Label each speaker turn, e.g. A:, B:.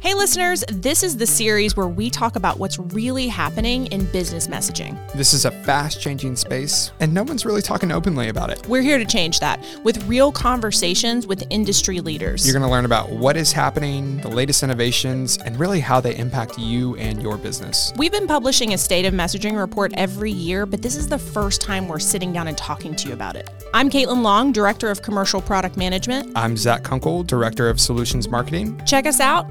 A: Hey, listeners, this is the series where we talk about what's really happening in business messaging.
B: This is a fast changing space, and no one's really talking openly about it.
A: We're here to change that with real conversations with industry leaders.
B: You're going to learn about what is happening, the latest innovations, and really how they impact you and your business.
A: We've been publishing a state of messaging report every year, but this is the first time we're sitting down and talking to you about it. I'm Caitlin Long, Director of Commercial Product Management.
B: I'm Zach Kunkel, Director of Solutions Marketing.
A: Check us out